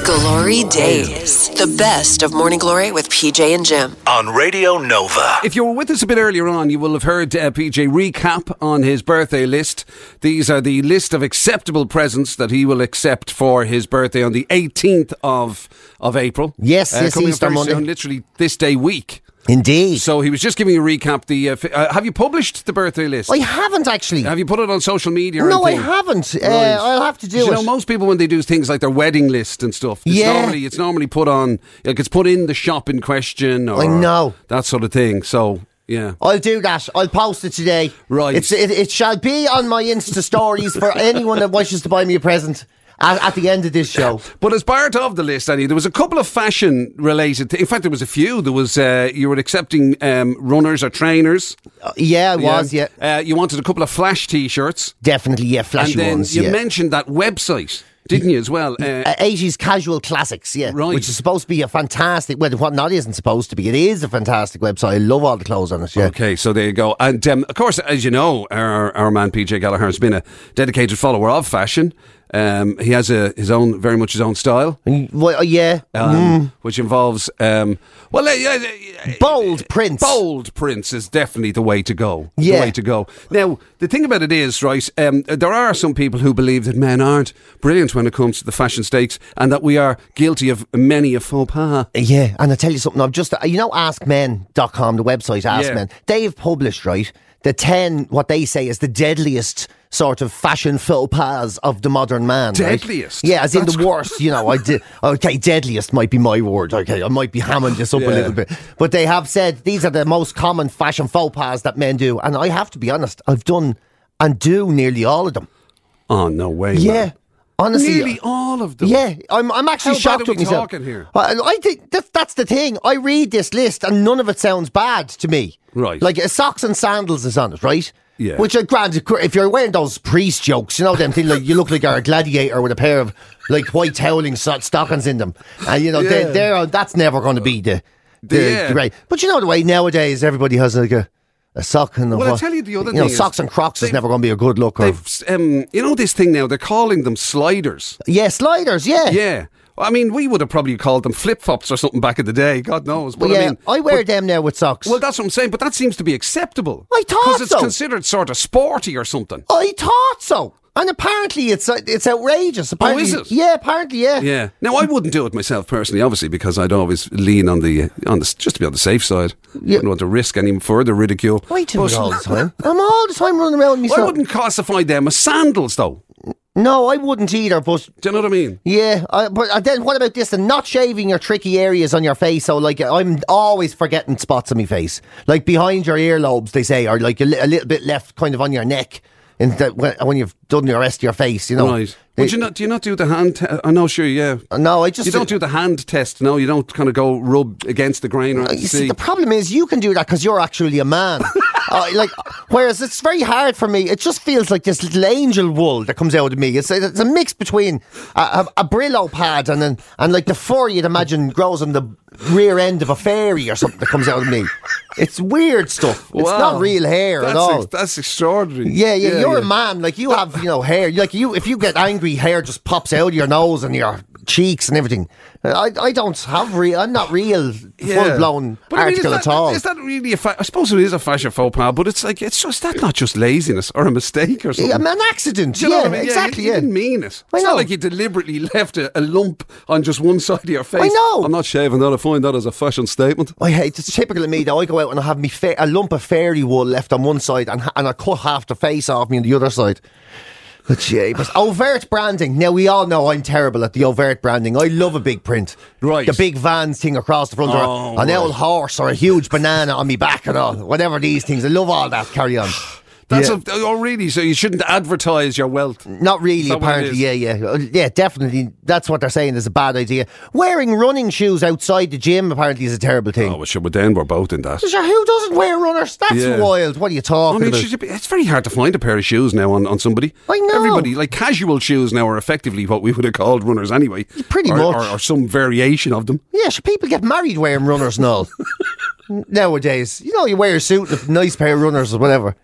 Speaker 1: Glory Days. The best of Morning Glory with PJ and Jim.
Speaker 2: on Radio Nova.
Speaker 3: If you were with us a bit earlier on, you will have heard uh, PJ recap on his birthday list. These are the list of acceptable presents that he will accept for his birthday on the 18th of, of April. Uh,
Speaker 4: Yes, yes,
Speaker 3: coming up
Speaker 4: Easter
Speaker 3: very
Speaker 4: Monday.
Speaker 3: soon, literally this day week.
Speaker 4: Indeed.
Speaker 3: So he was just giving a recap. The uh, fi- uh, have you published the birthday list?
Speaker 4: I haven't actually.
Speaker 3: have you put it on social media? or
Speaker 4: no, I
Speaker 3: anything?
Speaker 4: haven't. Uh,
Speaker 3: Right.
Speaker 4: I'll have to do
Speaker 3: You
Speaker 4: it.
Speaker 3: know, most people when they do things like their wedding list and stuff, it's
Speaker 4: Yeah.
Speaker 3: normally it's normally put on like it's put in the shop in question or
Speaker 4: I know.
Speaker 3: that sort of thing. So yeah.
Speaker 4: I'll do that. I'll post it today.
Speaker 3: Right.
Speaker 4: It's, it, it shall be on my Insta stories for anyone that wishes to buy me a present at, at the end of this show.
Speaker 3: But as part of the list, Annie, there was a couple of fashion related. Th- in fact, there was a few. There was uh, you were accepting um, runners or trainers.
Speaker 4: Uh, yeah, I was. Yeah.
Speaker 3: Uh, you wanted a couple of flash t-shirts,
Speaker 4: Definitely, yeah,
Speaker 3: and
Speaker 4: flashy
Speaker 3: then
Speaker 4: ones.
Speaker 3: you
Speaker 4: yeah.
Speaker 3: mentioned that website, didn't you? As well, uh,
Speaker 4: Uh, 80s casual classics, yeah.
Speaker 3: Right.
Speaker 4: Which is supposed to be a fantastic, well, what not isn't supposed to be. It is a fantastic website. I love all the clothes on it, yeah.
Speaker 3: Okay, so there you go. And um, of course, as you know, our, our man PJ Gallagher has been a dedicated follower of fashion. Um, he has a, his own, very much his own style,
Speaker 4: Mm, Well, uh, yeah.
Speaker 3: um, which involves, um, well, uh, uh, uh,
Speaker 4: Bold prints.
Speaker 3: bold prints is definitely the way to go.
Speaker 4: Yeah.
Speaker 3: The way to go. Now, the thing about it is, right, um, there are some people who believe that men aren't brilliant when it comes to the fashion stakes and that we are guilty of many a faux pas.
Speaker 4: Yeah, and I tell you something, I've just, you know, askmen.com, the website Ask
Speaker 3: Yeah.
Speaker 4: Men, they've published, right, the 10, what they say is the deadliest sort of fashion faux pas of the modern man. right?
Speaker 3: Deadliest?
Speaker 4: Yeah, as in the worst, you know. I did, okay, deadliest might be my word. Okay, I might be hammering this up
Speaker 3: Yeah.
Speaker 4: a little bit. But they have said these are the most common fashion faux pas that men do. And I have to be honest, I've done and do nearly all of them.
Speaker 3: Oh, no way.
Speaker 4: Yeah,
Speaker 3: man.
Speaker 4: honestly.
Speaker 3: Nearly all of them.
Speaker 4: Yeah, I'm, I'm actually
Speaker 3: How bad
Speaker 4: shocked
Speaker 3: are
Speaker 4: with
Speaker 3: we
Speaker 4: myself.
Speaker 3: talking here?
Speaker 4: I, I think that, that's the thing. I read this list and none of it sounds bad to me.
Speaker 3: Right.
Speaker 4: Like uh, socks and sandals is on it, right?
Speaker 3: Yeah.
Speaker 4: Which are grand. If you're wearing those priest jokes, you know them things like you look like you're a gladiator with a pair of like white toweling so- stockings in them, and you know
Speaker 3: Yeah.
Speaker 4: they, they're uh, that's never going to be the the,
Speaker 3: Yeah.
Speaker 4: the right. But you know the way nowadays everybody has like a. A sock and a
Speaker 3: Well, I
Speaker 4: what-
Speaker 3: tell you the other
Speaker 4: you know,
Speaker 3: thing is
Speaker 4: socks and Crocs is
Speaker 3: they've-
Speaker 4: never going to be a good look. Or,
Speaker 3: They've, um, you know this thing now. They're calling them sliders.
Speaker 4: yeah, sliders. Yeah,
Speaker 3: Yeah, I mean, we would have probably called them flip flops or something back in the day. God knows. But
Speaker 4: yeah,
Speaker 3: I mean,
Speaker 4: I wear
Speaker 3: but-
Speaker 4: them now with socks.
Speaker 3: Well, that's what I'm saying. But that seems to be acceptable.
Speaker 4: I thought
Speaker 3: because it's
Speaker 4: so.
Speaker 3: considered sort of sporty or something.
Speaker 4: I Oh, thought so. And apparently it's uh, it's outrageous. Apparently,
Speaker 3: Oh, is it?
Speaker 4: Yeah, apparently, yeah.
Speaker 3: Yeah. Now I wouldn't do it myself personally, obviously, because I'd always lean on the on the just to be on the safe side. Wouldn't want to risk any further ridicule.
Speaker 4: I do
Speaker 3: But-
Speaker 4: it all the time. I'm all the time running around with
Speaker 3: I
Speaker 4: myself.
Speaker 3: wouldn't classify them as sandals, though.
Speaker 4: No, I wouldn't either, but
Speaker 3: Do you know what I mean?
Speaker 4: yeah. I, but uh, then what about this? And not shaving your tricky areas on your face. So, like, I'm always forgetting spots on my face. Like behind your earlobes, they say, or like a, li- a little bit left kind of on your neck. In that when, when you've done the rest of your face, you know.
Speaker 3: Right. Would you not? Do you not do the hand? Te- I know, sure, yeah.
Speaker 4: No, I just
Speaker 3: You don't do the hand test. No, you don't kind of go rub against the grain or
Speaker 4: Uh,
Speaker 3: see.
Speaker 4: You see, the problem is you can do that because you're actually a man. Uh, like, whereas it's very hard for me. It just feels like this little angel wool that comes out of me. It's, it's a mix between a, a, a Brillo pad and an, and like the fur you'd imagine grows on the rear end of a fairy or something that comes out of me. It's weird stuff. It's
Speaker 3: Wow.
Speaker 4: not real hair
Speaker 3: that's
Speaker 4: at all.
Speaker 3: ex- that's extraordinary.
Speaker 4: yeah, yeah, you're a man. Like you have, you know, hair. Like you, if you get angry, hair just pops out of your nose and your cheeks and everything. I, I don't have real. I'm not real, full blown
Speaker 3: But I mean,
Speaker 4: article
Speaker 3: is
Speaker 4: at
Speaker 3: that-
Speaker 4: all.
Speaker 3: Is that really a fa- I suppose it is a fashion faux pas, but it's like it's just that not just laziness or a mistake or something.
Speaker 4: Yeah, an accident.
Speaker 3: Do you
Speaker 4: yeah,
Speaker 3: know what I mean? you-
Speaker 4: exactly.
Speaker 3: You,
Speaker 4: Yeah,
Speaker 3: didn't mean it.
Speaker 4: I
Speaker 3: It's
Speaker 4: know.
Speaker 3: not like you deliberately left a, a lump on just one side of your face.
Speaker 4: know.
Speaker 3: I'm not shaving that. I find that as a fashion statement.
Speaker 4: I hate it's typical of me that I go out and I have me fa- a lump of fairy wool left on one side and, ha- and I cut half the face off me on the other side. But yeah, but overt branding. Now we all know I'm terrible at the overt branding. I love a big print,
Speaker 3: Right.
Speaker 4: The big vans thing across the front,
Speaker 3: Oh,
Speaker 4: or an
Speaker 3: right.
Speaker 4: old horse, or a huge banana on me back, and all whatever these things. I love all that. Carry on.
Speaker 3: That's
Speaker 4: Yeah.
Speaker 3: a, oh really? So you shouldn't advertise your wealth.
Speaker 4: Not really,
Speaker 3: that what it
Speaker 4: apparently.
Speaker 3: is?
Speaker 4: Yeah, yeah. Uh, Yeah, definitely. That's what they're saying is a bad idea. Wearing running shoes outside the gym apparently is a terrible thing.
Speaker 3: Oh, well, sure. But then we're both in that.
Speaker 4: Sure, Who doesn't wear runners? That's
Speaker 3: Yeah.
Speaker 4: wild. What are you
Speaker 3: I
Speaker 4: talking
Speaker 3: mean,
Speaker 4: about?
Speaker 3: it's, just- it's very hard to find a pair of shoes now on, on somebody.
Speaker 4: I know.
Speaker 3: Everybody, like casual shoes now are effectively what we would have called runners anyway.
Speaker 4: Pretty
Speaker 3: or,
Speaker 4: much.
Speaker 3: Or, or some variation of them.
Speaker 4: yeah, should people get married wearing runners and all? Nowadays, you know, you wear a suit and a nice pair of runners or whatever.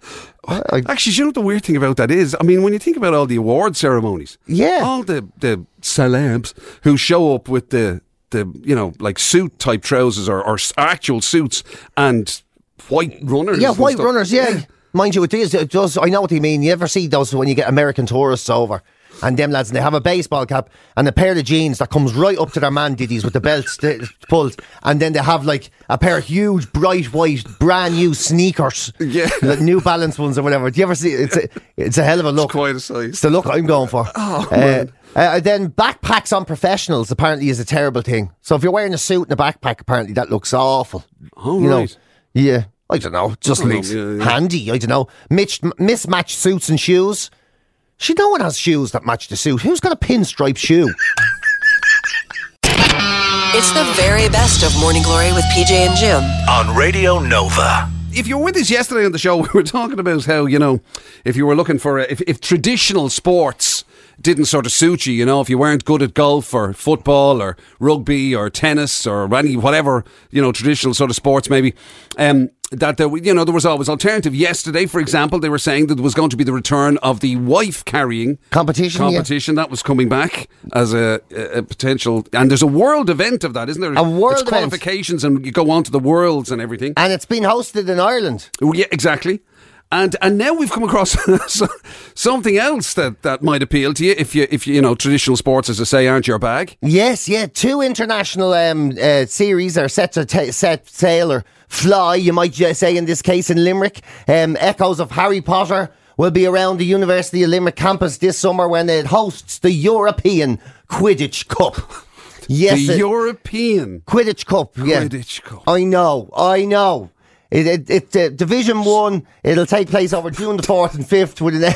Speaker 4: I- I-
Speaker 3: Actually, you know what the weird thing about that is? I mean, when you think about all the award ceremonies,
Speaker 4: Yeah.
Speaker 3: all the, the celebs who show up with the, the you know, like suit type trousers or, or s- actual suits and white runners.
Speaker 4: yeah,
Speaker 3: and
Speaker 4: white
Speaker 3: stuff.
Speaker 4: runners. Yeah. mind you, it is. It does. I know what you mean. You ever see those when you get American tourists over? And them lads, and they have a baseball cap and a pair of jeans that comes right up to their man diddies with the belts th- pulled, and then they have like a pair of huge, bright white, brand new sneakers,
Speaker 3: Yeah.
Speaker 4: like New Balance ones or whatever. Do you ever see? It's a, it's a hell of a look.
Speaker 3: Quite a size.
Speaker 4: It's the look I'm going for. Oh,
Speaker 3: man.
Speaker 4: then backpacks on professionals apparently is a terrible thing. So if you're wearing a suit and a backpack, apparently that looks awful.
Speaker 3: Oh,
Speaker 4: know?
Speaker 3: right.
Speaker 4: Yeah. I don't know. Just
Speaker 3: I don't
Speaker 4: looks
Speaker 3: know, yeah, yeah.
Speaker 4: handy. I don't know. Mitch, mismatched suits and shoes. She no one has shoes that match the suit. Who's got a pinstripe shoe?
Speaker 1: It's the very best of Morning Glory with PJ and Jim.
Speaker 2: on Radio Nova.
Speaker 3: if you were with us yesterday on the show, we were talking about how you know if you were looking for a, if, if traditional sports didn't sort of suit you, you know, if you weren't good at golf or football or rugby or tennis or any whatever you know traditional sort of sports maybe. Um, that there, you know, there was always alternative. Yesterday, for example, they were saying that there was going to be the return of the wife carrying
Speaker 4: Competition, yeah.
Speaker 3: Competition that was coming back as a, a a potential, and there's a world event of that, isn't there?
Speaker 4: A world
Speaker 3: It's
Speaker 4: event.
Speaker 3: qualifications, and you go on to the worlds and everything.
Speaker 4: And it's been hosted in Ireland.
Speaker 3: Well, Yeah, exactly. And and now we've come across so- something else that, that might appeal to you if you if you, you know traditional sports as I say aren't your bag.
Speaker 4: Yes, yeah. Two international um, uh, series are set to ta set sail or fly, you might ju- say, in this case in Limerick. Um, echoes of Harry Potter will be around the University of Limerick campus this summer when it hosts the European Quidditch Cup. Yes,
Speaker 3: the
Speaker 4: it-
Speaker 3: European.
Speaker 4: Quidditch Cup. Yeah.
Speaker 3: Quidditch Cup.
Speaker 4: I know. I know. It, it, it uh, Division One. It'll take place over June the fourth and fifth with an,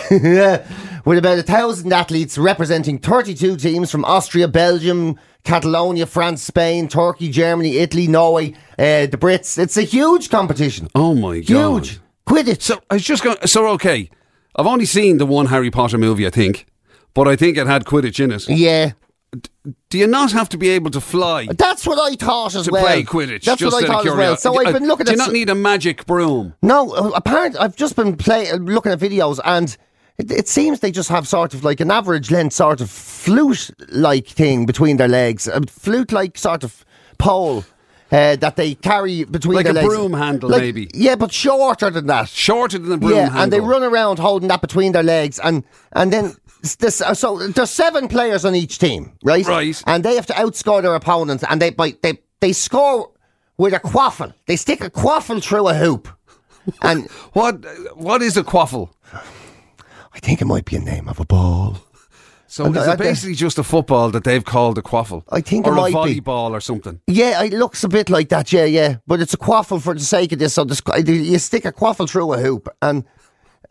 Speaker 4: with about a thousand athletes representing thirty-two teams from Austria, Belgium, Catalonia, France, Spain, Turkey, Germany, Italy, Norway, uh, the Brits. It's a huge competition.
Speaker 3: Oh my god!
Speaker 4: huge Quidditch.
Speaker 3: So I was just going. So okay, I've only seen the one Harry Potter movie, I think, but I think it had Quidditch in it.
Speaker 4: yeah,
Speaker 3: Do you not have to be able to fly
Speaker 4: that's what I thought as
Speaker 3: to
Speaker 4: well.
Speaker 3: play Quidditch?
Speaker 4: That's
Speaker 3: just
Speaker 4: what
Speaker 3: out of
Speaker 4: I thought as well.
Speaker 3: curiosity?
Speaker 4: So I've been looking
Speaker 3: Do
Speaker 4: at
Speaker 3: you
Speaker 4: s-
Speaker 3: not need a magic broom?
Speaker 4: No, uh, apparently I've just been play uh, looking at videos and It, it seems they just have sort of like an average length, sort of flute like thing between their legs, a flute like sort of pole. Uh, that they carry between
Speaker 3: Like
Speaker 4: their
Speaker 3: a
Speaker 4: legs.
Speaker 3: broom handle, maybe.
Speaker 4: Yeah, but shorter than that.
Speaker 3: Shorter than the broom
Speaker 4: yeah,
Speaker 3: handle.
Speaker 4: and they run around holding that between their legs, and and then s- this. uh, So there's seven players on each team, right?
Speaker 3: Right.
Speaker 4: And they have to outscore their opponents, and they by they they score with a quaffle. They stick a quaffle through a hoop, and
Speaker 3: What what is a quaffle?
Speaker 4: I think it might be a name of a ball.
Speaker 3: So
Speaker 4: And
Speaker 3: is
Speaker 4: I- I-
Speaker 3: it basically just a football that they've called a quaffle?
Speaker 4: I think it
Speaker 3: or
Speaker 4: might
Speaker 3: a
Speaker 4: be.
Speaker 3: volleyball or something.
Speaker 4: Yeah, it looks a bit like that. Yeah, yeah, but it's a quaffle for the sake of this. So this, you stick a quaffle through a hoop, and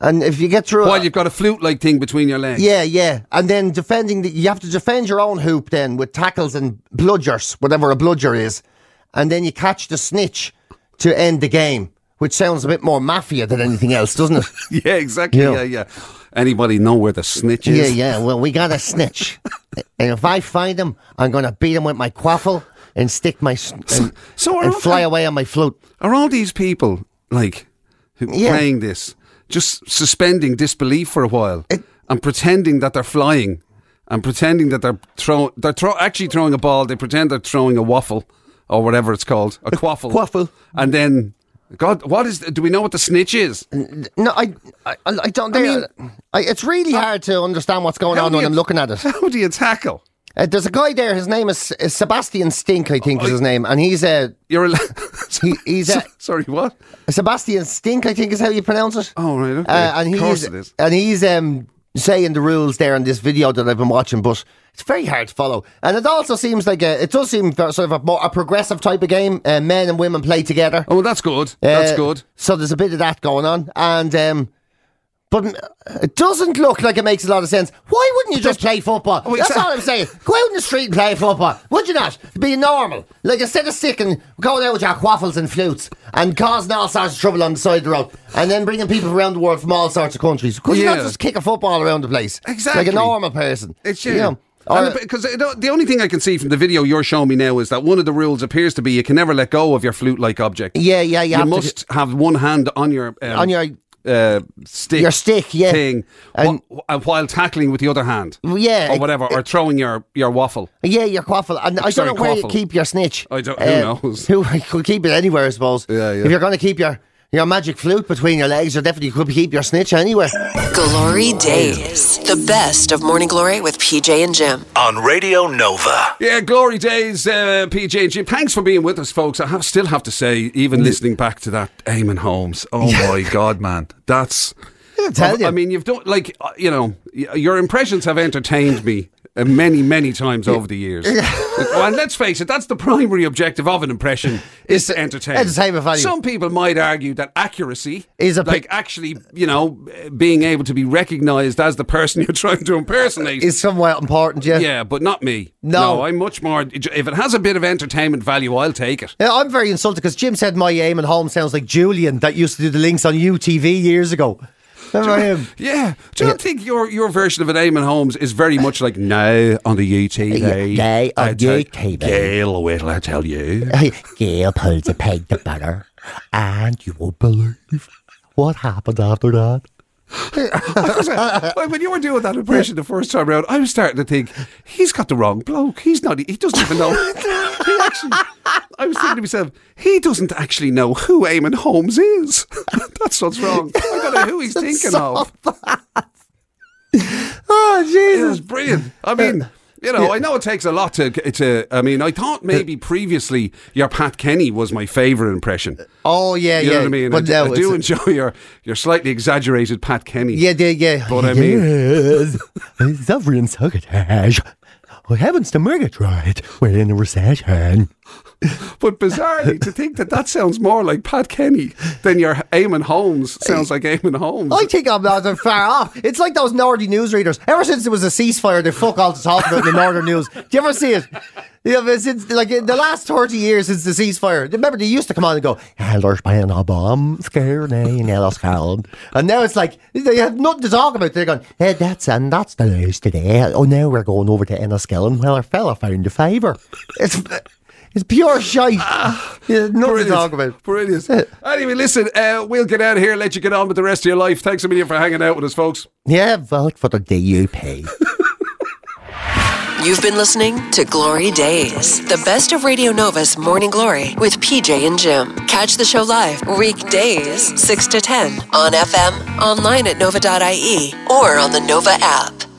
Speaker 4: and if you get through,
Speaker 3: While
Speaker 4: a,
Speaker 3: you've got a flute-like thing between your legs.
Speaker 4: Yeah, yeah. And then defending the, you have to defend your own hoop then with tackles and bludgers, whatever a bludger is. And then you catch the snitch to end the game, which sounds a bit more mafia than anything else, doesn't it?
Speaker 3: Yeah, exactly. Yeah,
Speaker 4: Yeah.
Speaker 3: yeah. Anybody know where the snitch is?
Speaker 4: yeah, yeah. Well, we got a snitch. and if I find him, I'm going to beat him with my quaffle and stick my s- and,
Speaker 3: so are
Speaker 4: and
Speaker 3: all-
Speaker 4: fly away on my flute.
Speaker 3: Are all these people like who
Speaker 4: Yeah.
Speaker 3: playing this just suspending disbelief for a while and pretending that they're flying and pretending that they're throw they're throw actually throwing a ball? They pretend they're throwing a waffle or whatever it's called, a quaffle.
Speaker 4: quaffle.
Speaker 3: and then. God, what is? Do we know what the snitch is?
Speaker 4: No, I, I, I don't. I mean, I, it's really hard to understand what's going
Speaker 3: How
Speaker 4: on
Speaker 3: do
Speaker 4: when
Speaker 3: you-
Speaker 4: I'm looking at it.
Speaker 3: How do you tackle?
Speaker 4: Uh, there's a guy there. His name is, is Sebastian Stink, I think is his name, and he's uh, a
Speaker 3: You're a.
Speaker 4: He- he's a-
Speaker 3: sorry. What?
Speaker 4: Sebastian Stink, I think is how you pronounce it.
Speaker 3: Oh, right, okay.
Speaker 4: Uh, and
Speaker 3: Of course
Speaker 4: he's
Speaker 3: it is.
Speaker 4: and he's um, saying the rules there in this video that I've been watching, but it's very hard to follow. And it also seems like a, it does seem ver- sort of a, more, a progressive type of game. Uh, men and women play together.
Speaker 3: Oh, that's good. that's
Speaker 4: Uh,
Speaker 3: good.
Speaker 4: So there's a bit of that going on, and um, but mm, it doesn't look like it makes a lot of sense. Why wouldn't you just play football?
Speaker 3: Oh,
Speaker 4: That's
Speaker 3: exact-
Speaker 4: all I'm saying. Go out in the street and play football, would you not? Be normal. Like instead of sticking, going out with your quaffles and flutes and causing all sorts of trouble on the side of the road, and then bringing people around the world from all sorts of countries. Could you not
Speaker 3: Yeah.
Speaker 4: just kick a football around the place like
Speaker 3: Exactly.
Speaker 4: a normal person?
Speaker 3: It's
Speaker 4: You
Speaker 3: yeah.
Speaker 4: know? Or-
Speaker 3: Because the only thing I can see from the video you're showing me now is that one of the rules appears to be you can never let go of your flute-like object.
Speaker 4: Yeah, yeah, you
Speaker 3: You,
Speaker 4: have to
Speaker 3: must have one hand on your um,
Speaker 4: On your-
Speaker 3: uh, stick.
Speaker 4: Your stick, yeah.
Speaker 3: Thing,
Speaker 4: And-
Speaker 3: and while tackling with the other hand.
Speaker 4: Yeah,
Speaker 3: Or
Speaker 4: it-
Speaker 3: whatever, or throwing your your waffle.
Speaker 4: Yeah, your quaffle. And I
Speaker 3: Sorry,
Speaker 4: don't know where you
Speaker 3: quaffle.
Speaker 4: keep your snitch. Uh,
Speaker 3: I don't- who knows?
Speaker 4: Who I could keep it anywhere, I suppose.
Speaker 3: Yeah, yeah.
Speaker 4: If you're going to keep your your magic flute between your legs, you definitely could keep your snitch anywhere.
Speaker 1: Glory Days. The best of Morning Glory with PJ and Jim.
Speaker 2: on Radio Nova.
Speaker 3: Yeah, glory days, uh, PJ and Jim. Thanks for being with us, folks. I have, still have to say, even
Speaker 4: Mm.
Speaker 3: listening back to that, Eamon Holmes. Oh my God, man, that's.
Speaker 4: I tell you.
Speaker 3: I mean, you've done like uh, you know, y- your impressions have entertained me uh, many, many times over the years. Oh, and let's face it, that's the primary objective of an impression is to entertain.
Speaker 4: entertainment value.
Speaker 3: Some people might argue that accuracy
Speaker 4: Is a
Speaker 3: like
Speaker 4: bit-
Speaker 3: actually, you know, uh, being able to be recognised as the person you're trying to impersonate.
Speaker 4: It's somewhat important, yeah.
Speaker 3: Yeah, but not me.
Speaker 4: No.
Speaker 3: I'm much more. If it has a bit of entertainment value, I'll take it.
Speaker 4: Yeah, I'm very insulted because Jim said my aim and home sounds like Julian that used to do the links on UTV years ago. Remember him?
Speaker 3: Yeah. Do you not think your, your version of an Eamon Holmes is very much like now on the UTV?
Speaker 4: Uh, Yeah, now on
Speaker 3: I tell-
Speaker 4: UTV.
Speaker 3: Gail, wait I tell you.
Speaker 4: Gail pulled the peg the butter, and you won't believe what happened after that.
Speaker 3: Well, when you were doing that impression the first time round, I was starting to think he's got the wrong bloke. He's not. He doesn't even know. he actually. I was thinking to myself, he doesn't actually know who Eamon Holmes is. That's what's wrong. I don't know who he's thinking of.
Speaker 4: Oh,
Speaker 3: It
Speaker 4: Jesus.
Speaker 3: was brilliant. I mean, you know, I know it takes a lot to. to I mean, I thought maybe previously your Pat Kenny was my favourite impression.
Speaker 4: Oh, yeah,
Speaker 3: You
Speaker 4: yeah.
Speaker 3: know what I mean?
Speaker 4: But
Speaker 3: I,
Speaker 4: no,
Speaker 3: I
Speaker 4: it's
Speaker 3: do
Speaker 4: a-
Speaker 3: enjoy your your slightly exaggerated Pat Kenny.
Speaker 4: Yeah, yeah, yeah.
Speaker 3: But I mean-
Speaker 4: Yes, sovereign sabotage. Oh, heavens to Murgatroyd, we're in a recession.
Speaker 3: But bizarrely, to think that that sounds more like Pat Kenny than your Eamon Holmes sounds like Eamon Holmes.
Speaker 4: I think I'm not that far off. It's like those Northern newsreaders. Ever since there was a ceasefire, they fuck all to talk about in the Northern News. Do you ever see it? Yeah, but since like in the last thirty years since the ceasefire, remember they used to come on and go, "Ah, "There's been a bomb scare in Elliscallen," and now it's like they have nothing to talk about. They're going, "Hey, that's and that's the news today." Oh, now we're going over to Enniskillen. Well, our fella found a fiver. It's It's pure shite. yeah, nothing to
Speaker 3: Brilliant.
Speaker 4: talk about.
Speaker 3: Brilliant.
Speaker 4: That's it.
Speaker 3: Anyway, listen, uh, we'll get out of here, let you get on with the rest of your life. Thanks a million for hanging out with us, folks.
Speaker 4: Yeah, vote for the DUP.
Speaker 1: You've been listening to Glory Days, the best of Radio Nova's Morning Glory with PJ and Jim. Catch the show live weekdays 6 to 10 on FM, online at nova.ie, or on E, the Nova app.